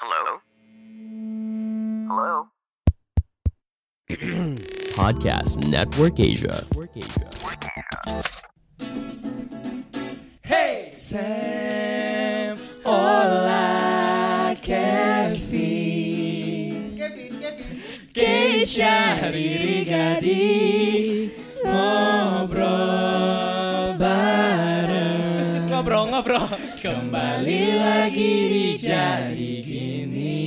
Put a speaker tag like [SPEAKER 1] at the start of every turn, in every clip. [SPEAKER 1] Hello? Hello?
[SPEAKER 2] Podcast Network Asia.
[SPEAKER 3] Hey Sam, hola Kevin. Kevin, Kevin. Keisha Riri Gadi ngobrol bareng. Ngobrol, ngobrol. Kembali lagi di jadi gini.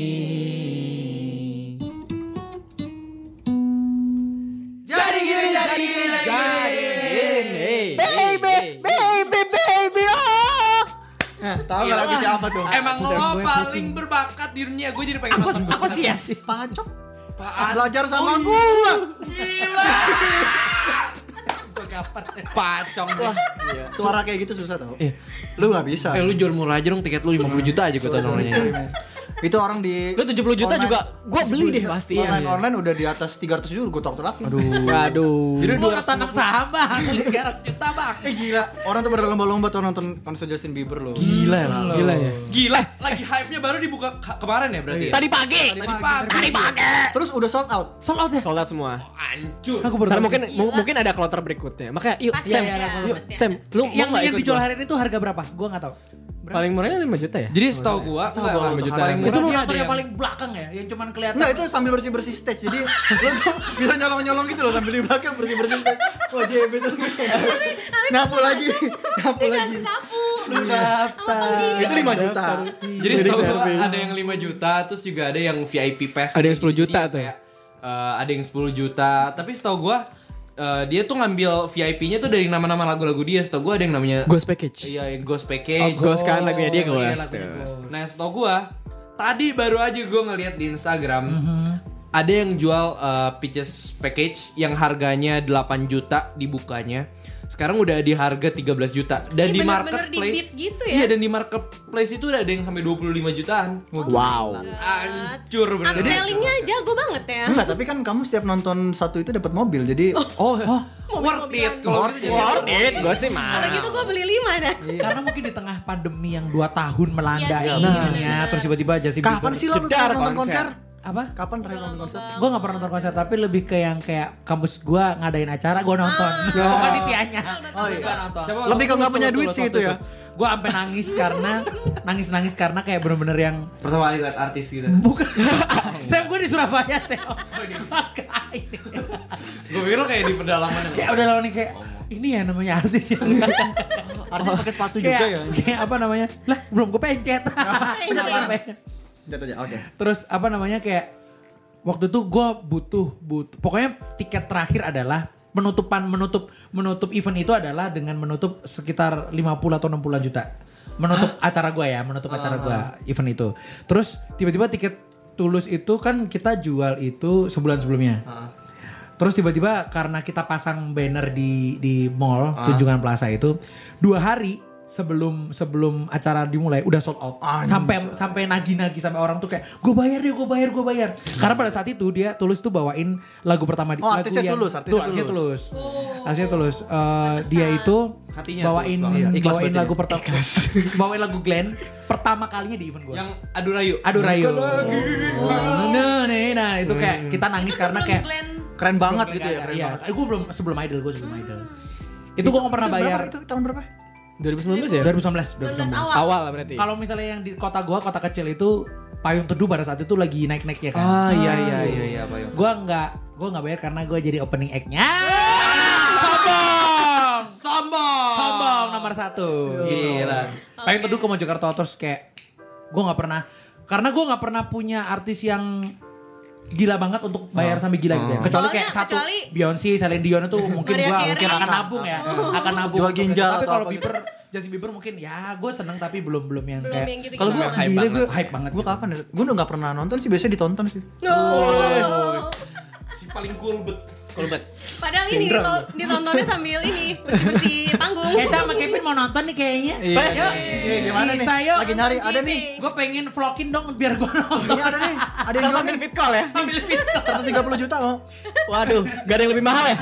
[SPEAKER 3] Jadi gini, jadi gini, jadi gini. Baby, baby, baby. Oh.
[SPEAKER 4] Tahu nggak lagu siapa tuh?
[SPEAKER 3] Emang lo paling berbakat di dunia Gue jadi pengen nonton
[SPEAKER 4] aku sih yes. Pacok.
[SPEAKER 3] Apaan?
[SPEAKER 4] Belajar sama
[SPEAKER 3] Oh,
[SPEAKER 4] gua.
[SPEAKER 3] Gila Pacong deh
[SPEAKER 4] Suara kayak gitu susah tau. Lu nggak bisa.
[SPEAKER 5] iya. Eh lu jual murah aja dong tiket lu 50 juta aja gue tontonannya.
[SPEAKER 4] Itu orang di
[SPEAKER 5] Lu 70 juta
[SPEAKER 4] online-
[SPEAKER 5] juga gua beli deh pasti. iya.
[SPEAKER 4] Online online udah di atas 300 juta gue takut lagi. Aduh.
[SPEAKER 5] Waduh.
[SPEAKER 3] Jadi dua tanam saham bang 300 juta bang
[SPEAKER 4] Eh gila, orang tuh pada lomba-lomba tuh nonton konser Justin Bieber loh.
[SPEAKER 5] Gila lah. Gila ya.
[SPEAKER 3] Gila Lagi hype-nya baru dibuka ka- kemarin ya berarti ya?
[SPEAKER 5] Tadi pagi.
[SPEAKER 3] Tadi pagi Tadi
[SPEAKER 4] Terus udah sold out.
[SPEAKER 5] Sold out ya. Sold out semua.
[SPEAKER 3] Hancur
[SPEAKER 5] Aku baru mungkin mu- mungkin ada kloter berikutnya. Makanya yuk
[SPEAKER 6] Pasti
[SPEAKER 5] Sam.
[SPEAKER 6] ada, ada kloter
[SPEAKER 5] yuk,
[SPEAKER 6] pasti
[SPEAKER 5] Sam, lu
[SPEAKER 6] yang
[SPEAKER 5] mau nggak
[SPEAKER 6] yang
[SPEAKER 5] ikut
[SPEAKER 6] dijual
[SPEAKER 5] gua?
[SPEAKER 6] hari ini tuh harga berapa? Gua nggak tahu.
[SPEAKER 5] Paling murahnya 5 juta ya?
[SPEAKER 3] Jadi setahu gua
[SPEAKER 4] Setahu
[SPEAKER 3] enggak,
[SPEAKER 4] gua
[SPEAKER 3] enggak,
[SPEAKER 4] jutaan.
[SPEAKER 3] Paling murah
[SPEAKER 6] Itu
[SPEAKER 3] dia
[SPEAKER 6] motor
[SPEAKER 3] ada
[SPEAKER 6] yang
[SPEAKER 3] yang
[SPEAKER 6] paling belakang ya, yang cuman kelihatan.
[SPEAKER 4] Enggak, itu sambil bersih-bersih stage. Jadi lu tuh bisa nyolong-nyolong gitu loh sambil di belakang bersih-bersih stage. Wah, JB tuh. Napu lagi. Napu lagi.
[SPEAKER 6] sapu.
[SPEAKER 4] Lu daftar. Itu 5 juta.
[SPEAKER 3] Jadi setahu gua ada yang 5 juta Terus juga ada yang VIP pass
[SPEAKER 5] Ada yang 10
[SPEAKER 3] Jadi
[SPEAKER 5] juta tuh.
[SPEAKER 3] kayak, eh, Ada yang 10 juta Tapi setahu gua eh, Dia tuh ngambil VIP-nya tuh dari nama-nama lagu-lagu dia Setahu gua ada yang namanya
[SPEAKER 5] Ghost package.
[SPEAKER 3] Iya, yang Ghost Package. Oh,
[SPEAKER 5] Ghost kan lagunya dia
[SPEAKER 6] Iya,
[SPEAKER 5] Ghost.
[SPEAKER 6] lagunya Ghost.
[SPEAKER 3] Nah, setau gua tadi baru aja gua ngeliat di Instagram ada yang jual uh, peaches package yang harganya 8 juta dibukanya. Sekarang udah di harga 13 juta dan
[SPEAKER 6] Ini
[SPEAKER 3] di
[SPEAKER 6] bener-bener
[SPEAKER 3] marketplace
[SPEAKER 6] di-beat gitu ya?
[SPEAKER 3] Iya, dan di marketplace itu udah ada yang sampai 25 jutaan.
[SPEAKER 5] Wow.
[SPEAKER 3] Hancur bener.
[SPEAKER 7] Upsellingnya jago banget ya.
[SPEAKER 4] Enggak, tapi kan kamu setiap nonton satu itu dapat mobil. Jadi
[SPEAKER 3] Oh, worth it kalau gitu jadi worth it.
[SPEAKER 5] Gue sih mah.
[SPEAKER 7] Kalau gitu gue beli lima dah.
[SPEAKER 6] Karena mungkin di tengah pandemi yang 2 tahun melanda
[SPEAKER 3] Nah,
[SPEAKER 7] Iya sih,
[SPEAKER 6] ini
[SPEAKER 7] bener.
[SPEAKER 6] ya, terus tiba-tiba aja sih
[SPEAKER 4] kapan
[SPEAKER 6] Bieber-
[SPEAKER 4] sih lo
[SPEAKER 5] Jedar
[SPEAKER 4] nonton konser?
[SPEAKER 6] Apa?
[SPEAKER 4] Kapan terakhir nonton konser?
[SPEAKER 6] Gue gak pernah nonton konser tapi lebih ke yang kayak kampus gue ngadain acara gue nonton. Gue Ah. panitianya. Oh iya. nonton.
[SPEAKER 4] Lebih ke nggak punya duit sih itu ya.
[SPEAKER 6] Gue sampai nangis karena nangis-nangis karena kayak bener-bener yang
[SPEAKER 3] Pertama kali liat artis gitu.
[SPEAKER 6] bukan. Sam gue di Surabaya Sam. Makanya.
[SPEAKER 3] Gue pikir lo kayak di pedalaman yang
[SPEAKER 6] kayak udah lawan nih, kayak ini ya namanya artis yang
[SPEAKER 4] Artis pakai sepatu juga
[SPEAKER 6] kayak,
[SPEAKER 4] ya.
[SPEAKER 6] kayak apa namanya lah belum gue pencet Kenapa?
[SPEAKER 4] Jatuh aja. Oke.
[SPEAKER 6] terus apa namanya kayak waktu itu gue butuh butuh pokoknya tiket terakhir adalah penutupan menutup menutup event itu adalah dengan menutup sekitar 50 atau 60 juta menutup acara gue ya menutup acara gue event itu terus tiba-tiba tiket tulus itu kan kita jual itu sebulan sebelumnya Terus tiba-tiba karena kita pasang banner di di mall Tunjungan Plaza itu dua hari sebelum sebelum acara dimulai udah sold out sampai sampai nagih-nagih sampai orang tuh kayak gue bayar deh gue bayar gue bayar karena pada saat itu dia tulus tuh bawain lagu pertama
[SPEAKER 4] Oh,
[SPEAKER 6] di lagu
[SPEAKER 4] artisnya Tulus, artisnya
[SPEAKER 6] Tuh, artisnya tulus artisnya tulus Eh, dia itu
[SPEAKER 3] Hatinya
[SPEAKER 6] bawain
[SPEAKER 3] Tulus banget.
[SPEAKER 4] Ikhlas
[SPEAKER 6] bawain
[SPEAKER 4] berarti
[SPEAKER 6] lagu pertama bawain lagu Glenn pertama kalinya di event gue
[SPEAKER 3] yang aduh rayu. Oh,
[SPEAKER 6] aduh rayo nah, nah, nah, itu kayak kita nangis karena kayak
[SPEAKER 7] Glenn
[SPEAKER 4] Keren banget gitu ya. Keren
[SPEAKER 6] Iya,
[SPEAKER 4] banget.
[SPEAKER 6] gue belum sebelum idol, gue sebelum idol. Itu gue nggak pernah
[SPEAKER 4] Itu berapa
[SPEAKER 6] bayar.
[SPEAKER 4] Itu tahun berapa?
[SPEAKER 5] 2019 ya?
[SPEAKER 6] 2019, 2019.
[SPEAKER 5] Awal lah berarti.
[SPEAKER 6] Kalau misalnya yang di kota gue, kota kecil itu payung teduh pada saat itu lagi naik-naiknya kan.
[SPEAKER 3] Ah iya iya iya iya Pak Yong.
[SPEAKER 6] Gue nggak, gue nggak bayar karena gue jadi opening act-nya.
[SPEAKER 3] Sombong.
[SPEAKER 6] Sombong nomor satu.
[SPEAKER 3] Gila.
[SPEAKER 6] Payung teduh ke Mojokerto terus kayak gue nggak pernah, karena gue nggak pernah punya artis yang gila banget untuk bayar
[SPEAKER 4] Hmm.
[SPEAKER 6] sampai gila gitu ya. Kecuali kayak
[SPEAKER 7] Soalnya-
[SPEAKER 6] satu
[SPEAKER 7] kecuali-
[SPEAKER 6] Beyonce, Celine Dion itu mungkin
[SPEAKER 7] Maria
[SPEAKER 6] gua
[SPEAKER 7] Carey. Oh.
[SPEAKER 6] mungkin akan nabung ya. akan nabung.
[SPEAKER 4] Jual
[SPEAKER 6] untuk itu.
[SPEAKER 4] ginjal
[SPEAKER 6] Tapi
[SPEAKER 4] atau
[SPEAKER 6] kalau
[SPEAKER 4] apa gitu.
[SPEAKER 6] Bieber, Justin Bieber mungkin ya gue seneng tapi belum belum yang
[SPEAKER 7] Belum
[SPEAKER 6] kayak
[SPEAKER 7] yang gitu-gitu.
[SPEAKER 4] Kalau gue
[SPEAKER 7] Memang
[SPEAKER 3] hype
[SPEAKER 4] gila
[SPEAKER 3] banget.
[SPEAKER 4] gue
[SPEAKER 6] Hype banget
[SPEAKER 4] Gue
[SPEAKER 6] gitu.
[SPEAKER 4] kapan ya? Gue udah gak pernah nonton sih, biasanya ditonton sih.
[SPEAKER 7] Oh.
[SPEAKER 3] Si paling cool bet. Cool bet.
[SPEAKER 7] Padahal ini ditol- ditontonnya sambil ini bersih-bersih panggung.
[SPEAKER 6] Kecap sama Kevin mau nonton nih kayaknya.
[SPEAKER 4] Iya,
[SPEAKER 6] Eh,
[SPEAKER 4] iya,
[SPEAKER 6] yuk.
[SPEAKER 4] iya, gimana nih?
[SPEAKER 6] Bisa yuk.
[SPEAKER 4] Lagi nyari, ada nih.
[SPEAKER 6] Gue pengen vlogin dong biar gue nonton.
[SPEAKER 4] Ini ada nih, ada yang jual nih.
[SPEAKER 5] call ya?
[SPEAKER 6] Ambil video.
[SPEAKER 4] 130 juta mau.
[SPEAKER 5] Waduh, gak ada yang lebih mahal ya?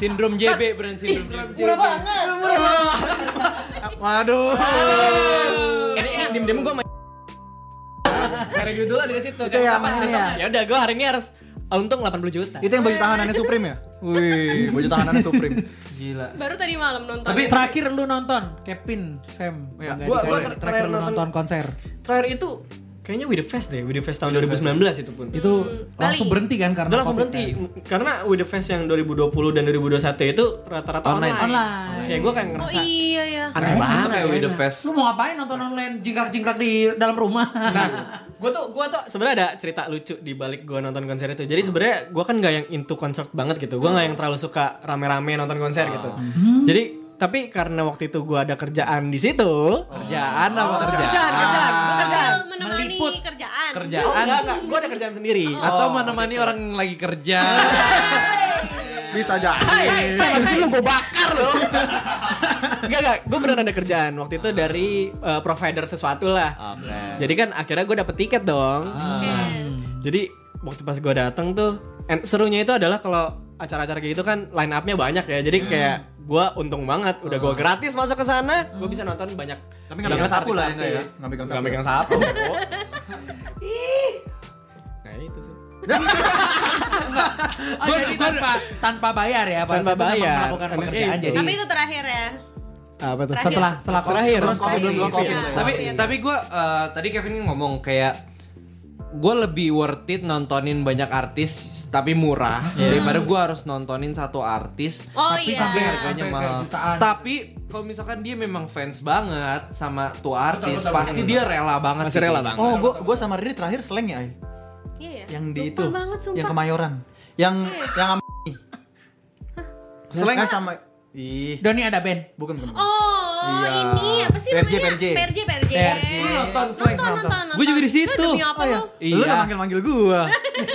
[SPEAKER 3] Sindrom JB brand sindrom JB.
[SPEAKER 7] Murah banget.
[SPEAKER 4] Waduh.
[SPEAKER 5] Ini ini diem-diem gue main. Karena judul ada di situ.
[SPEAKER 4] Itu ya, main
[SPEAKER 6] Iya.
[SPEAKER 4] ini ya.
[SPEAKER 5] Ya udah, gue hari ini harus untung 80 juta.
[SPEAKER 4] Itu yang baju tahanannya Supreme ya? Wih, baju tahanannya Supreme.
[SPEAKER 3] Gila.
[SPEAKER 7] Baru tadi malam nonton.
[SPEAKER 6] Tapi terakhir lu nonton Kevin, Sam,
[SPEAKER 4] Iya.
[SPEAKER 6] Bangga
[SPEAKER 5] Gua-
[SPEAKER 6] Dikari.
[SPEAKER 5] gua ter-
[SPEAKER 6] terakhir lu
[SPEAKER 5] terakhir
[SPEAKER 6] nonton
[SPEAKER 5] nonton- Hmm,
[SPEAKER 6] konser.
[SPEAKER 5] Terakhir itu kayaknya With The Fest deh, With The Fest tahun 2019 itu pun.
[SPEAKER 6] Itu
[SPEAKER 7] Bali.
[SPEAKER 6] langsung berhenti kan karena
[SPEAKER 5] Udah langsung
[SPEAKER 6] COVID
[SPEAKER 5] berhenti
[SPEAKER 6] kan?
[SPEAKER 5] karena With The Fest yang 2020 dan 2021 itu rata-rata online.
[SPEAKER 8] Online.
[SPEAKER 5] Kayak gue kayak
[SPEAKER 7] Oh
[SPEAKER 5] ngerasa
[SPEAKER 7] iya ya.
[SPEAKER 5] aneh banget.
[SPEAKER 3] Kayak with the fest.
[SPEAKER 6] Lu mau ngapain nonton online jingkrak-jingkrak di dalam rumah? Kan.
[SPEAKER 5] Gue tuh gue tuh sebenarnya ada cerita lucu di balik gue nonton konser itu. Jadi sebenarnya gue kan gak yang into concert banget gitu. Gue gak yang terlalu suka rame-rame nonton konser gitu. Jadi tapi karena waktu itu gue ada kerjaan di situ.
[SPEAKER 3] Kerjaan apa
[SPEAKER 5] Oh, Kerjaan, kerjaan, kerjaan.
[SPEAKER 7] Sambil menemani
[SPEAKER 6] Meliput.
[SPEAKER 7] kerjaan.
[SPEAKER 3] Kerja.
[SPEAKER 5] Oh, enggak, enggak. Gue ada kerjaan sendiri.
[SPEAKER 3] Atau menemani orang yang lagi kerja.
[SPEAKER 4] Bisa aja.
[SPEAKER 5] Hai, sama sih lu gue bakar loh. Enggak enggak, gue beneran ada kerjaan waktu itu dari eh, provider sesuatu lah. Jadi kan akhirnya gue dapet tiket dong.
[SPEAKER 4] Ah.
[SPEAKER 5] Jadi waktu pas gue datang tuh, and serunya itu adalah kalau acara-acara kayak gitu kan line up-nya banyak ya. Jadi
[SPEAKER 4] Hmm.
[SPEAKER 5] kayak gue untung banget, udah gue gratis masuk ke sana, gue bisa nonton banyak.
[SPEAKER 4] Ah. Hmm. Tapi nggak pegang
[SPEAKER 5] banyak
[SPEAKER 4] sapu lah ya, nggak ya?
[SPEAKER 5] artis-artis.
[SPEAKER 4] Nggak pegang
[SPEAKER 5] Nggak
[SPEAKER 4] sapu. Oh.
[SPEAKER 5] pegang sapu. Bo. Nah itu sih.
[SPEAKER 6] Oh, jadi tanpa tanpa bayar ya,
[SPEAKER 5] Tanpa
[SPEAKER 6] Pak. Saya tetap
[SPEAKER 5] bayar.
[SPEAKER 6] Melakukan
[SPEAKER 5] Karena
[SPEAKER 6] pekerjaan
[SPEAKER 5] itu.
[SPEAKER 6] jadi.
[SPEAKER 7] Tapi itu terakhir ya.
[SPEAKER 5] Apa tuh?
[SPEAKER 7] Terakhir.
[SPEAKER 6] setelah setelah
[SPEAKER 5] Terakhir.
[SPEAKER 6] terus
[SPEAKER 4] Covid,
[SPEAKER 6] sebelum
[SPEAKER 4] sebelum
[SPEAKER 6] Covid.
[SPEAKER 4] Covid.
[SPEAKER 7] Iya.
[SPEAKER 3] tapi
[SPEAKER 7] Iya.
[SPEAKER 3] tapi gue tadi Kevin ngomong kayak gue lebih worth it nontonin banyak artis tapi murah
[SPEAKER 6] Iya.
[SPEAKER 3] daripada gue harus nontonin satu artis
[SPEAKER 7] Oh
[SPEAKER 6] Tapi
[SPEAKER 7] iya.
[SPEAKER 3] tapi harganya
[SPEAKER 6] Sampai kayak
[SPEAKER 3] mahal.
[SPEAKER 6] jutaan.
[SPEAKER 3] Tapi kalau misalkan dia memang fans banget sama tuh artis,
[SPEAKER 6] betul,
[SPEAKER 3] pasti dia rela banget.
[SPEAKER 5] Masih
[SPEAKER 3] gitu.
[SPEAKER 5] rela banget.
[SPEAKER 4] Oh, gue gue sama Riri terakhir seleng ya, Ay?
[SPEAKER 7] Iya ya.
[SPEAKER 4] Yang di
[SPEAKER 7] Lupa
[SPEAKER 4] itu.
[SPEAKER 7] banget sumpah.
[SPEAKER 4] Yang kemayoran. Yang yang sama Seleng sama Ih,
[SPEAKER 6] Doni ada band.
[SPEAKER 4] bukan bukan.
[SPEAKER 7] Oh,
[SPEAKER 4] Iya.
[SPEAKER 7] ini apa sih
[SPEAKER 4] PRJ,
[SPEAKER 7] namanya?
[SPEAKER 4] PRJ.
[SPEAKER 7] PRJ, PRJ.
[SPEAKER 6] PRJ.
[SPEAKER 3] Nonton, slang,
[SPEAKER 7] Iya, nonton,
[SPEAKER 4] nonton.
[SPEAKER 7] nonton,
[SPEAKER 3] Gua juga di
[SPEAKER 7] Lu
[SPEAKER 3] situ.
[SPEAKER 7] demi apa
[SPEAKER 4] Oh, iya.
[SPEAKER 7] lu?
[SPEAKER 4] Lu
[SPEAKER 3] Iya.
[SPEAKER 4] udah manggil-manggil gua.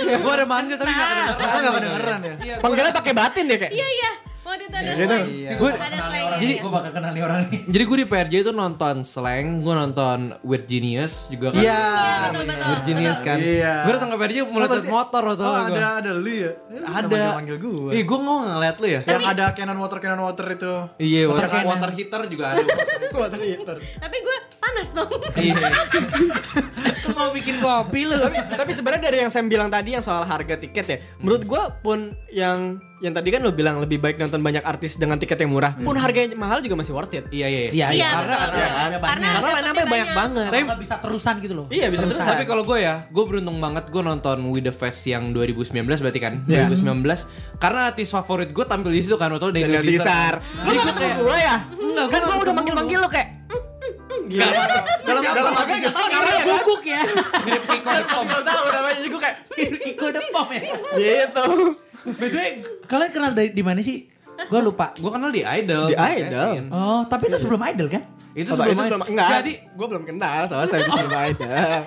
[SPEAKER 3] gue ada manggil tapi gak kedengeran.
[SPEAKER 4] Gua gak kedengeran ya.
[SPEAKER 3] Iya, gua-
[SPEAKER 5] Panggilan Oh, pakai batin ya, deh kayak.
[SPEAKER 7] Iya, iya. Waktu itu ada
[SPEAKER 5] gitu.
[SPEAKER 7] slang.
[SPEAKER 4] Iya.
[SPEAKER 3] Gua-
[SPEAKER 7] Ada
[SPEAKER 6] Kenal nih
[SPEAKER 7] slang.
[SPEAKER 6] orang
[SPEAKER 7] Jadi
[SPEAKER 6] nih, gua bakal kenal nih orang nih.
[SPEAKER 3] Jadi gue di PRJ itu nonton Slang, gue nonton Weird Genius juga kan.
[SPEAKER 4] Iya.
[SPEAKER 7] Iya, betul, betul.
[SPEAKER 3] Weird Genius
[SPEAKER 7] betul.
[SPEAKER 3] kan.
[SPEAKER 4] Iya.
[SPEAKER 3] Gue datang ke PRJ mulai liat motor waktu
[SPEAKER 4] Oh,
[SPEAKER 3] itu gua.
[SPEAKER 4] ada ada lu ya.
[SPEAKER 3] Ada.
[SPEAKER 4] Manggil gua.
[SPEAKER 3] Ih, gue nggak ngeliat lu ya.
[SPEAKER 4] Yang ada Canon Water Canon Water itu.
[SPEAKER 3] Iya, water,
[SPEAKER 6] cannon.
[SPEAKER 3] water heater juga ada.
[SPEAKER 7] Tapi gue panas dong.
[SPEAKER 3] Iya.
[SPEAKER 6] Lu mau bikin kopi lu.
[SPEAKER 5] tapi tapi sebenarnya dari yang saya bilang tadi yang soal harga tiket ya menurut gua pun yang yang tadi kan lo bilang lebih baik nonton banyak artis dengan tiket yang murah pun
[SPEAKER 4] Hmm.
[SPEAKER 5] harganya mahal juga masih worth it
[SPEAKER 3] Iya, iya.
[SPEAKER 6] Iya,
[SPEAKER 7] Iya,
[SPEAKER 6] iya.
[SPEAKER 7] betul.
[SPEAKER 5] Karena-
[SPEAKER 7] betul.
[SPEAKER 5] karena karena line up-nya banyak banget
[SPEAKER 6] Tapi nggak bisa terusan gitu loh.
[SPEAKER 5] iya bisa terus
[SPEAKER 3] Tapi kalau gue ya, gue beruntung banget gue nonton With The Fest yang 2019 berarti kan?
[SPEAKER 5] Iya.
[SPEAKER 3] 2019. Karena artis favorit gue tampil di situ kan waktu itu Daniel
[SPEAKER 5] Daniel
[SPEAKER 3] Caesar.
[SPEAKER 5] Caesar lo gak ketemu gue ya
[SPEAKER 6] Hmm.
[SPEAKER 3] Enggak, gua
[SPEAKER 5] kan gua
[SPEAKER 3] nggak
[SPEAKER 5] udah
[SPEAKER 3] ketemu
[SPEAKER 5] manggil manggil lo kayak "Mm, mm, mm," gitu dalam dalam agak gak tau namanya kan
[SPEAKER 6] Bukuk ya.
[SPEAKER 3] Mirip Kiko
[SPEAKER 5] Pas gua tahu namanya juga kayak
[SPEAKER 6] Kiko Depom ya.
[SPEAKER 5] gitu
[SPEAKER 6] Btw, kalian kenal dari di mana sih? Gua lupa.
[SPEAKER 3] Gue kenal di Idol.
[SPEAKER 5] Di
[SPEAKER 3] sama
[SPEAKER 5] Idol.
[SPEAKER 3] Kevin.
[SPEAKER 6] Oh, tapi itu sebelum Idol kan?
[SPEAKER 3] Iya, Itu
[SPEAKER 5] Apa,
[SPEAKER 3] sebelum,
[SPEAKER 5] sebelum-
[SPEAKER 3] Idol.
[SPEAKER 5] enggak
[SPEAKER 3] Jadi
[SPEAKER 5] jadi gue belum kenal sama saya bisa ada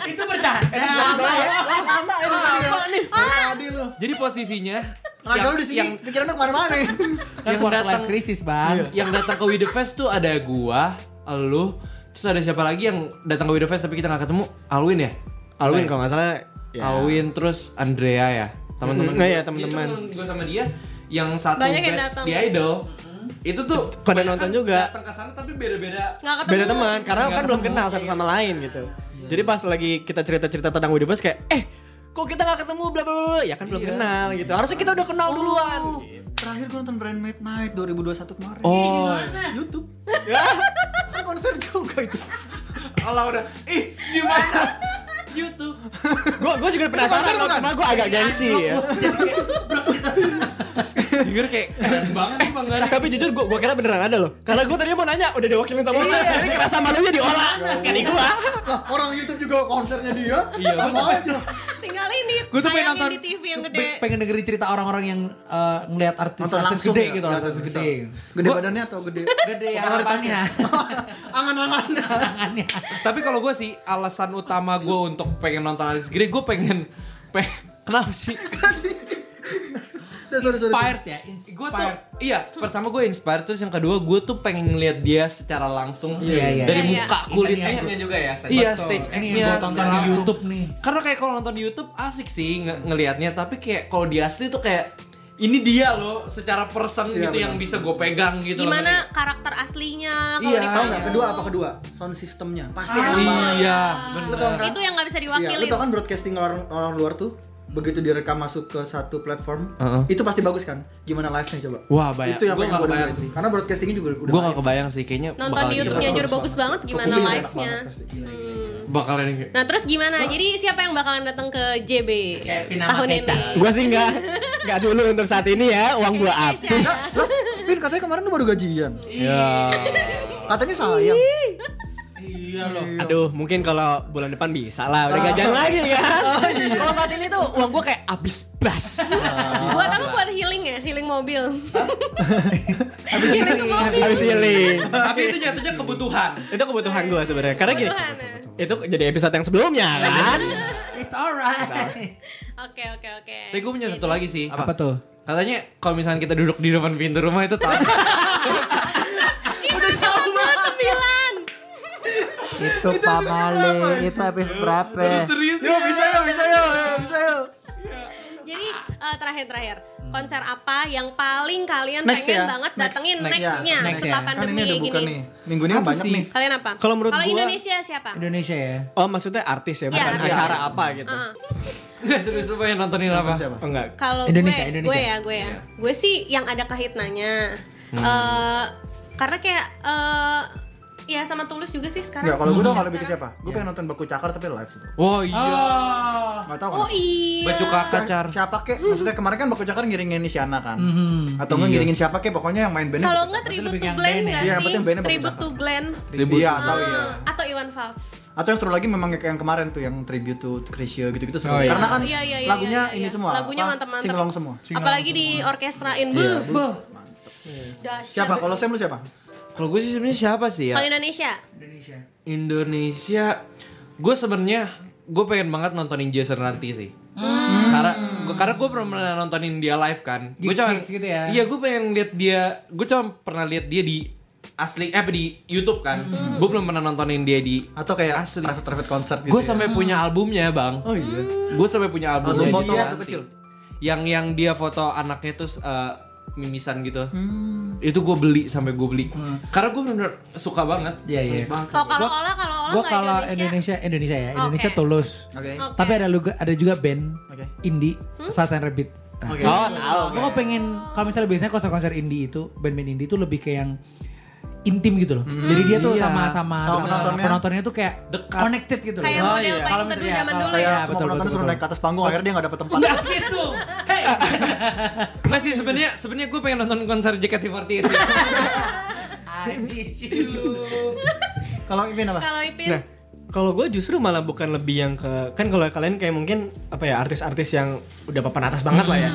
[SPEAKER 6] Itu bercanda. Iya.
[SPEAKER 5] lama ya
[SPEAKER 4] Lama ya. Lama nih. Tadi lu.
[SPEAKER 3] jadi posisinya
[SPEAKER 4] Naga lu di
[SPEAKER 3] yang
[SPEAKER 4] sini pikirannya kemana-mana ya.
[SPEAKER 6] Kan
[SPEAKER 3] yang
[SPEAKER 6] quarter
[SPEAKER 3] datang Iya.
[SPEAKER 6] life krisis, Bang.
[SPEAKER 3] yang datang ke We The Fest tuh ada gua, lu, terus ada siapa lagi yang datang ke We The Fest tapi kita nggak ketemu? Alwin ya?
[SPEAKER 5] Alwin kalau nggak salah
[SPEAKER 3] Iya.
[SPEAKER 5] ya.
[SPEAKER 3] Alwin terus Andrea ya. Teman-teman.
[SPEAKER 5] Mm, iya,
[SPEAKER 3] gua.
[SPEAKER 5] teman-teman.
[SPEAKER 3] Jadi Gua sama dia yang satu
[SPEAKER 7] Banyak yang
[SPEAKER 3] batch
[SPEAKER 7] datang.
[SPEAKER 3] di Idol. Itu tuh
[SPEAKER 5] Pada
[SPEAKER 3] kebanyakan
[SPEAKER 5] nonton juga.
[SPEAKER 3] Datang ke sana tapi
[SPEAKER 7] Nggak
[SPEAKER 3] beda-beda.
[SPEAKER 7] kan ketemu. Iya.
[SPEAKER 5] beda teman karena kan belum kenal satu sama lain gitu jadi pas lagi kita cerita cerita tentang Widow Bus kayak eh kok kita nggak ketemu bla bla bla, bla ya kan
[SPEAKER 7] Iya.
[SPEAKER 5] belum kenal gitu harusnya kita udah
[SPEAKER 7] Oh.
[SPEAKER 5] kenal duluan
[SPEAKER 4] Terakhir gue nonton Brand Midnight 2021 kemarin. Iya.
[SPEAKER 3] Oh.
[SPEAKER 4] YouTube. Kan konser juga itu.
[SPEAKER 3] Allah udah. Ih, di mana? YouTube.
[SPEAKER 7] Iya,
[SPEAKER 5] ya. gue gue juga penasaran kalau cuma gue agak gengsi ya
[SPEAKER 3] Jujur kayak keren banget sih Bang Garis.
[SPEAKER 5] Tapi jujur gue gua kira beneran ada loh. Karena gue tadi mau nanya, udah diwakilin sama
[SPEAKER 7] Iya.
[SPEAKER 5] lu. Ini kerasa malunya diolah.
[SPEAKER 7] Oh.
[SPEAKER 5] Kali gua.
[SPEAKER 4] Lah, orang YouTube juga konsernya dia.
[SPEAKER 3] Iya,
[SPEAKER 4] sama aja.
[SPEAKER 7] Tinggal ini
[SPEAKER 6] Gue tuh pengen
[SPEAKER 7] tayangin
[SPEAKER 6] nonton
[SPEAKER 7] di TV yang
[SPEAKER 6] pe-
[SPEAKER 7] gede.
[SPEAKER 6] Pengen dengerin cerita orang-orang yang eh, ngelihat artis
[SPEAKER 4] Nonton
[SPEAKER 6] artis
[SPEAKER 4] langsung
[SPEAKER 6] gede
[SPEAKER 4] ya,
[SPEAKER 6] gitu,
[SPEAKER 4] nonton
[SPEAKER 6] artis
[SPEAKER 4] langsung.
[SPEAKER 6] gede.
[SPEAKER 4] Gede badannya atau gede?
[SPEAKER 6] Gede harapannya.
[SPEAKER 4] Angan-angan.
[SPEAKER 6] Tangannya.
[SPEAKER 3] Tapi kalau gue sih alasan utama gue untuk pengen nonton Alex Giri, gue pengen, pengen kenapa sih?
[SPEAKER 4] Udah, sorry, sorry.
[SPEAKER 6] Inspired ya, inspired.
[SPEAKER 3] Gue tuh iya pertama gue inspired terus yang kedua gue tuh pengen ngeliat dia secara langsung
[SPEAKER 6] Iya, iya.
[SPEAKER 3] dari
[SPEAKER 7] Iya, iya.
[SPEAKER 3] muka
[SPEAKER 6] Iya,
[SPEAKER 3] kulitnya.
[SPEAKER 6] iya.
[SPEAKER 5] Ini juga ya,
[SPEAKER 3] Iya
[SPEAKER 6] Betul.
[SPEAKER 3] stage
[SPEAKER 6] Ini
[SPEAKER 3] act-nya
[SPEAKER 6] yang gua tonton
[SPEAKER 3] secara
[SPEAKER 6] di
[SPEAKER 3] langsung.
[SPEAKER 6] YouTube nih.
[SPEAKER 3] Karena kayak kalau nonton di YouTube asik sih nge- ngelihatnya, tapi kayak kalau di asli tuh kayak ini dia loh secara person
[SPEAKER 4] Iya,
[SPEAKER 3] gitu yang
[SPEAKER 4] benar.
[SPEAKER 3] bisa gue pegang gitu. loh.
[SPEAKER 7] Gimana karakter aslinya kalau
[SPEAKER 3] Iya,
[SPEAKER 4] Tahu nggak?
[SPEAKER 7] dipanggung.
[SPEAKER 4] kedua apa kedua? Sound systemnya. Pasti
[SPEAKER 3] Iya,
[SPEAKER 4] ada banget.
[SPEAKER 3] Iya,
[SPEAKER 4] Lu
[SPEAKER 3] bener.
[SPEAKER 4] tau nggak?
[SPEAKER 7] Ah, Itu yang nggak bisa
[SPEAKER 4] Iya, lu
[SPEAKER 7] diwakilin.
[SPEAKER 4] tau kan broadcasting orang orang luar tuh begitu direkam masuk ke satu platform,
[SPEAKER 3] Heeh.
[SPEAKER 4] itu pasti bagus kan? Gimana live-nya coba?
[SPEAKER 3] Wah, bayang-
[SPEAKER 4] Itu yang
[SPEAKER 3] gua
[SPEAKER 4] pengen
[SPEAKER 3] nggak
[SPEAKER 4] gua
[SPEAKER 3] kebayang
[SPEAKER 4] dengerin.
[SPEAKER 3] sih.
[SPEAKER 4] Karena broadcastingnya juga udah
[SPEAKER 3] Gue gak kebayang sih kayaknya
[SPEAKER 7] Nonton
[SPEAKER 3] bakal
[SPEAKER 7] di
[SPEAKER 3] gitu.
[SPEAKER 7] YouTube-nya jujur bagus banget gimana
[SPEAKER 4] Kupingnya ya, enak
[SPEAKER 7] live-nya.
[SPEAKER 4] banget pasti.
[SPEAKER 3] Bakalan yang kayak
[SPEAKER 7] Nah terus gimana? Jadi siapa yang bakalan datang ke JB
[SPEAKER 6] Pinama
[SPEAKER 7] tahun ini?
[SPEAKER 6] kecap.
[SPEAKER 5] Gue sih enggak. Enggak dulu untuk saat ini ya, uang gue habis.
[SPEAKER 7] Indonesia.
[SPEAKER 4] Pin katanya kemarin lu baru gajian.
[SPEAKER 3] Iya.
[SPEAKER 4] Katanya sayang.
[SPEAKER 6] Iya loh.
[SPEAKER 5] Aduh, mungkin kalau bulan depan bisa lah, udah gajian lagi kan.
[SPEAKER 7] Oh, iya.
[SPEAKER 5] Kalau saat ini tuh uang gue kayak habis bas.
[SPEAKER 7] Buat apa? Buat healing ya? Healing mobil.
[SPEAKER 5] Habis
[SPEAKER 7] iya.
[SPEAKER 5] healing.
[SPEAKER 3] Tapi itu jatuhnya kebutuhan.
[SPEAKER 5] Itu kebutuhan gue sebenarnya. Karena gini,
[SPEAKER 7] Kebutuhan ya? Iya.
[SPEAKER 5] itu jadi episode yang sebelumnya kan.
[SPEAKER 6] It's alright.
[SPEAKER 7] Oke oke oke.
[SPEAKER 3] Tapi gue punya satu lagi sih.
[SPEAKER 6] Apa tuh?
[SPEAKER 3] Katanya kalau misalnya kita duduk di depan pintu rumah itu tahu.
[SPEAKER 7] Itu nomor sembilan.
[SPEAKER 6] Itu pamale, itu habis berapa?
[SPEAKER 3] serius. Yo, bisa ya, bisa ya.
[SPEAKER 7] Jadi eh, terakhir terakhir konser apa yang paling kalian
[SPEAKER 4] Next
[SPEAKER 7] pengen
[SPEAKER 4] ya.
[SPEAKER 7] banget
[SPEAKER 4] Next,
[SPEAKER 7] datengin
[SPEAKER 4] next.
[SPEAKER 7] nextnya
[SPEAKER 6] Next
[SPEAKER 7] setelah
[SPEAKER 4] Kan
[SPEAKER 6] ya.
[SPEAKER 4] ini
[SPEAKER 7] pandemi
[SPEAKER 4] ada buka
[SPEAKER 7] gini?
[SPEAKER 4] nih. Minggu ini kan banyak nih.
[SPEAKER 7] Kalian apa?
[SPEAKER 5] Kalau menurut gua-
[SPEAKER 7] Indonesia siapa?
[SPEAKER 6] Indonesia ya.
[SPEAKER 5] Oh, maksudnya artis ya, bukan
[SPEAKER 7] Iya, artis.
[SPEAKER 5] acara apa gitu.
[SPEAKER 7] Heeh.
[SPEAKER 3] Enggak serius lu pengen nontonin apa?
[SPEAKER 4] Siapa?
[SPEAKER 5] Oh, enggak.
[SPEAKER 7] Kalau
[SPEAKER 6] Indonesia,
[SPEAKER 7] gue,
[SPEAKER 6] Indonesia. Iya.
[SPEAKER 7] gue ya, gue ya. Gue sih yang ada kahitnanya.
[SPEAKER 6] Hmm.
[SPEAKER 7] Eh, karena kayak eh ya sama tulus juga sih sekarang.
[SPEAKER 4] Enggak, kalau gue tau
[SPEAKER 7] Sekarang.
[SPEAKER 4] kalau bikin siapa? Gue
[SPEAKER 7] Iya.
[SPEAKER 4] pengen nonton Baku Cakar tapi live itu.
[SPEAKER 3] Oh iya.
[SPEAKER 4] Gak tau
[SPEAKER 7] Oh
[SPEAKER 4] kan?
[SPEAKER 7] iya. Hmm.
[SPEAKER 3] Bacu kakak car.
[SPEAKER 4] Siapa kek? Maksudnya kemarin kan Baku Cakar ngiringin si Ana kan?
[SPEAKER 6] Hmm.
[SPEAKER 4] Atau
[SPEAKER 6] Iya.
[SPEAKER 4] nggak ngiringin siapa kek? Pokoknya yang main bandnya.
[SPEAKER 7] Kalau
[SPEAKER 4] Baku
[SPEAKER 7] nggak tribute
[SPEAKER 6] lebih
[SPEAKER 7] to
[SPEAKER 6] yang
[SPEAKER 7] Glenn
[SPEAKER 6] band ya.
[SPEAKER 7] nggak
[SPEAKER 4] Iya, yang
[SPEAKER 7] sih?
[SPEAKER 4] penting bandnya Baku
[SPEAKER 7] Tribute
[SPEAKER 4] Cakar.
[SPEAKER 7] to Glenn.
[SPEAKER 4] Tribute. Iya, atau
[SPEAKER 7] Ah,
[SPEAKER 4] iya.
[SPEAKER 7] Atau Iwan Fals.
[SPEAKER 4] Atau yang seru lagi memang kayak yang kemarin tuh yang tribute to Chrisye gitu-gitu seru.
[SPEAKER 6] Oh, iya.
[SPEAKER 4] Karena kan
[SPEAKER 7] Iya, iya, iya,
[SPEAKER 4] lagunya
[SPEAKER 7] iya,
[SPEAKER 4] ini
[SPEAKER 7] iya.
[SPEAKER 4] semua.
[SPEAKER 7] Lagunya
[SPEAKER 4] apa,
[SPEAKER 7] mantap-mantap.
[SPEAKER 4] Singelong semua.
[SPEAKER 7] Apalagi di orkestrain. Buh, buh. Dahsyat.
[SPEAKER 4] Siapa? Kalau Sam lu siapa?
[SPEAKER 3] Kalau gue sih sebenarnya siapa sih ya?
[SPEAKER 7] Kalau Indonesia.
[SPEAKER 6] Indonesia.
[SPEAKER 3] Indonesia. Gue sebenarnya gue pengen banget nontonin Jason Ranti sih.
[SPEAKER 6] Hmm.
[SPEAKER 3] Karena gua, karena gue pernah pernah nontonin dia live kan. Gue
[SPEAKER 6] Gigs- gigs gitu ya.
[SPEAKER 3] Iya, gue pengen lihat dia. Gue cuma pernah lihat dia di asli eh di YouTube kan.
[SPEAKER 6] Hmm.
[SPEAKER 3] Gue belum pernah nontonin dia di
[SPEAKER 4] Atau kayak
[SPEAKER 3] Asli.
[SPEAKER 4] private-private concert gitu.
[SPEAKER 3] Gue
[SPEAKER 4] ya?
[SPEAKER 3] sampai punya albumnya, Bang.
[SPEAKER 4] Oh iya.
[SPEAKER 3] Gue sampai punya albumnya.
[SPEAKER 4] Album
[SPEAKER 3] Jason
[SPEAKER 4] foto waktu
[SPEAKER 3] Ranti.
[SPEAKER 4] kecil.
[SPEAKER 3] Yang yang dia foto anaknya terus eh, mimisan gitu.
[SPEAKER 6] Hmm.
[SPEAKER 3] Itu gue beli sampai gue beli. Karena gue bener suka banget.
[SPEAKER 6] Iya, iya.
[SPEAKER 7] Kalau Oh, kalau Ola, kalau Ola
[SPEAKER 6] Gue
[SPEAKER 7] nggak
[SPEAKER 6] kalau Indonesia, Indonesia ya. Indonesia
[SPEAKER 7] Oke.
[SPEAKER 6] tulus.
[SPEAKER 4] Oke.
[SPEAKER 7] Oke.
[SPEAKER 6] Tapi ada juga ada juga band indie,
[SPEAKER 7] Hmm?
[SPEAKER 6] Sasan Rabbit. Nah,
[SPEAKER 5] Oh, tahu.
[SPEAKER 6] Gue pengen kalau misalnya biasanya konser-konser indie itu band-band indie itu lebih kayak yang intim gitu loh. Jadi dia tuh sama sama,
[SPEAKER 4] Sama penontonnya.
[SPEAKER 6] penontonnya tuh kayak
[SPEAKER 3] Dekat.
[SPEAKER 6] connected gitu loh.
[SPEAKER 7] Kayak
[SPEAKER 6] Oh,
[SPEAKER 7] model
[SPEAKER 6] iya.
[SPEAKER 7] payung
[SPEAKER 6] Kalau
[SPEAKER 7] teduh
[SPEAKER 6] misalnya-
[SPEAKER 7] zaman
[SPEAKER 6] kalau-
[SPEAKER 7] dulu ya.
[SPEAKER 6] iya,
[SPEAKER 4] Semua
[SPEAKER 6] betul,
[SPEAKER 4] penonton
[SPEAKER 6] betul, Iya.
[SPEAKER 4] suruh
[SPEAKER 6] betul.
[SPEAKER 4] naik ke atas panggung akhirnya dia nggak dapet tempat.
[SPEAKER 3] gitu. Hey. Nggak sih sebenarnya sebenarnya gue pengen nonton konser JKT48.
[SPEAKER 4] Kalau Ipin apa?
[SPEAKER 7] Kalau Ipin.
[SPEAKER 5] Nah, kalau gue justru malah bukan lebih yang ke kan kalau kalian kayak mungkin apa ya artis-artis yang udah papan atas banget lah ya.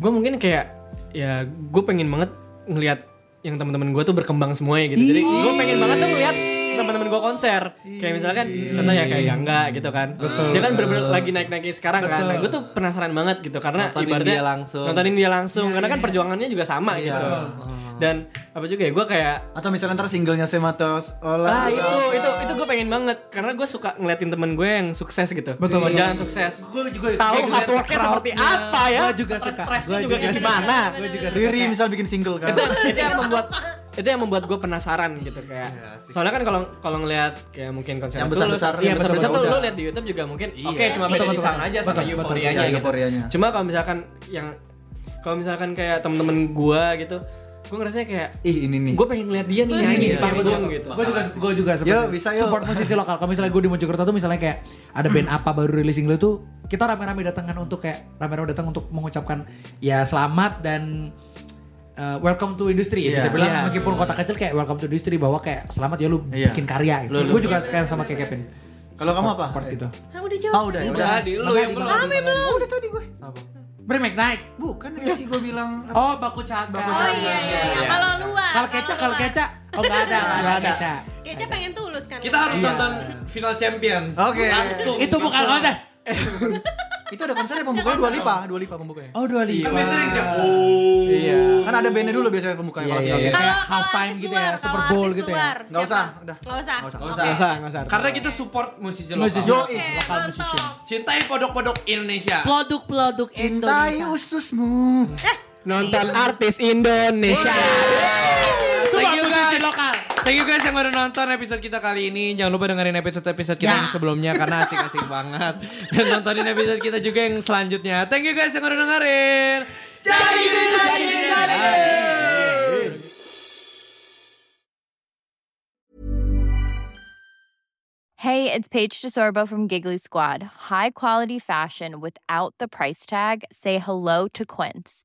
[SPEAKER 5] Gue mungkin kayak ya gue pengen banget ngelihat yang teman-teman gue tuh berkembang semuanya gitu. Jadi gue pengen banget tuh ngeliat teman-teman gue konser. Kayak misalkan contohnya kayak Gangga gitu kan. Dia kan bener-bener lagi naik-naiknya sekarang kan. Nah, gue tuh penasaran banget gitu karena
[SPEAKER 3] Nontonin
[SPEAKER 5] ibaratnya
[SPEAKER 3] dia langsung.
[SPEAKER 5] nontonin dia langsung karena kan perjuangannya juga sama gitu. Dan apa juga ya gue kayak
[SPEAKER 4] Atau misalnya ntar singlenya Sam atau Ola.
[SPEAKER 5] Lah itu itu itu gue pengen banget karena gue suka ngeliatin temen gue yang sukses gitu.
[SPEAKER 6] Betul, betul.
[SPEAKER 5] Jangan sukses.
[SPEAKER 6] Gue juga
[SPEAKER 5] Tahu hard worknya seperti apa ya?
[SPEAKER 6] Gue juga suka.
[SPEAKER 5] Stresnya juga
[SPEAKER 6] Gua juga gitu.
[SPEAKER 5] kayak
[SPEAKER 6] suka.
[SPEAKER 5] gimana?
[SPEAKER 6] Gue juga
[SPEAKER 4] Riri misal bikin single kan.
[SPEAKER 5] Itu itu yang membuat itu yang membuat gue penasaran gitu kayak.
[SPEAKER 6] Iya,
[SPEAKER 5] Soalnya kan kalau kalau ngelihat kayak mungkin konser
[SPEAKER 4] Yang
[SPEAKER 5] itu lu-
[SPEAKER 4] besar-besar,
[SPEAKER 5] iya,
[SPEAKER 4] yang
[SPEAKER 5] besar besar tuh
[SPEAKER 4] betul-betul.
[SPEAKER 5] lu lihat di YouTube juga mungkin oke cuma
[SPEAKER 7] Iya
[SPEAKER 5] beda
[SPEAKER 6] sih.
[SPEAKER 5] di sound aja sama
[SPEAKER 6] Betul, betul.
[SPEAKER 5] euforianya
[SPEAKER 4] Iya,
[SPEAKER 5] gitu.
[SPEAKER 4] euforianya.
[SPEAKER 5] Cuma kalau misalkan yang kalau misalkan kayak temen-temen gue gitu, gue ngerasanya kayak
[SPEAKER 4] Ih ini nih. Iya,
[SPEAKER 5] gue pengen lihat dia nih nyanyi di panggung gitu.
[SPEAKER 6] Gue juga gue juga
[SPEAKER 4] Yo,
[SPEAKER 6] support,
[SPEAKER 4] bisa, yo.
[SPEAKER 6] support musisi lokal. Kalau misalnya gue di Mojokerto tuh misalnya kayak ada band apa baru rilis single tuh kita rame-rame datang kan untuk kayak rame-rame datang untuk mengucapkan ya selamat dan eh, welcome to industri ya
[SPEAKER 4] Iya.
[SPEAKER 6] bisa bilang
[SPEAKER 5] Iya.
[SPEAKER 6] meskipun kota kecil kayak welcome to industry bahwa kayak selamat ya lu
[SPEAKER 4] Iya.
[SPEAKER 6] bikin karya gitu.
[SPEAKER 4] Lu- lu-
[SPEAKER 6] Gue juga sekarang sama kayak Kevin.
[SPEAKER 4] Kalau kamu apa?
[SPEAKER 6] Support gitu.
[SPEAKER 7] Ah, udah jawab.
[SPEAKER 4] Ah udah, ya, udah.
[SPEAKER 3] Tadi lu yang belum.
[SPEAKER 6] Kami belum.
[SPEAKER 4] Udah tadi gue. Apa?
[SPEAKER 6] Bremek naik.
[SPEAKER 4] Bukan tadi gue bilang apa?
[SPEAKER 6] Oh, baku caka.
[SPEAKER 7] Oh iya iya iya. Kalau luar.
[SPEAKER 6] Kalau kecak, kalau
[SPEAKER 7] luar.
[SPEAKER 6] kecak. Oh, enggak ada, enggak ada kecak.
[SPEAKER 7] Kecak pengen tulus kan.
[SPEAKER 3] Kita harus nonton final champion.
[SPEAKER 4] Oke.
[SPEAKER 3] Langsung.
[SPEAKER 6] Iya. Itu bukan konser.
[SPEAKER 4] Itu ada konsernya pembukanya dua lipa, dua lipa pembukanya.
[SPEAKER 6] Oh, dua
[SPEAKER 3] Kan
[SPEAKER 6] lipa.
[SPEAKER 3] biasanya dia, oh.
[SPEAKER 4] Iya. Kan ada bandnya dulu biasanya pembukanya
[SPEAKER 6] Iya,
[SPEAKER 4] kalau
[SPEAKER 6] iya,
[SPEAKER 4] final
[SPEAKER 6] iya.
[SPEAKER 4] step.
[SPEAKER 6] Kayak
[SPEAKER 7] Kalau kalau
[SPEAKER 6] halftime
[SPEAKER 7] artis
[SPEAKER 6] gitu ya,
[SPEAKER 7] luar,
[SPEAKER 6] Super
[SPEAKER 7] kalau
[SPEAKER 6] Bowl
[SPEAKER 7] artis
[SPEAKER 6] gitu ya.
[SPEAKER 7] luar,
[SPEAKER 4] Nggak
[SPEAKER 7] siapa?
[SPEAKER 4] usah, udah.
[SPEAKER 7] Nggak usah.
[SPEAKER 4] Nggak usah.
[SPEAKER 3] Nggak
[SPEAKER 7] Oke.
[SPEAKER 3] usah.
[SPEAKER 5] Nggak usah, nggak usah.
[SPEAKER 3] Karena kita support musisi lokal.
[SPEAKER 6] Musisi
[SPEAKER 4] Yoi.
[SPEAKER 7] Oke,
[SPEAKER 6] lokal
[SPEAKER 7] mantap.
[SPEAKER 6] musician.
[SPEAKER 3] Cintai podok-podok Indonesia.
[SPEAKER 6] Produk-produk
[SPEAKER 4] Cintai ususmu.
[SPEAKER 5] Nonton artis Indonesia.
[SPEAKER 3] Thank you guys. Thank you guys yang baru nonton episode kita kali ini. Jangan lupa dengerin episode-episode kita
[SPEAKER 6] Ya.
[SPEAKER 3] yang sebelumnya karena asik-asik banget. Dan nontonin episode kita juga yang selanjutnya. Thank you guys yang baru dengerin. Jadi diri, jadi diri, jadi diri.
[SPEAKER 1] Hey, it's Paige DeSorbo from Giggly Squad. High quality fashion without the price tag. Say hello to Quince.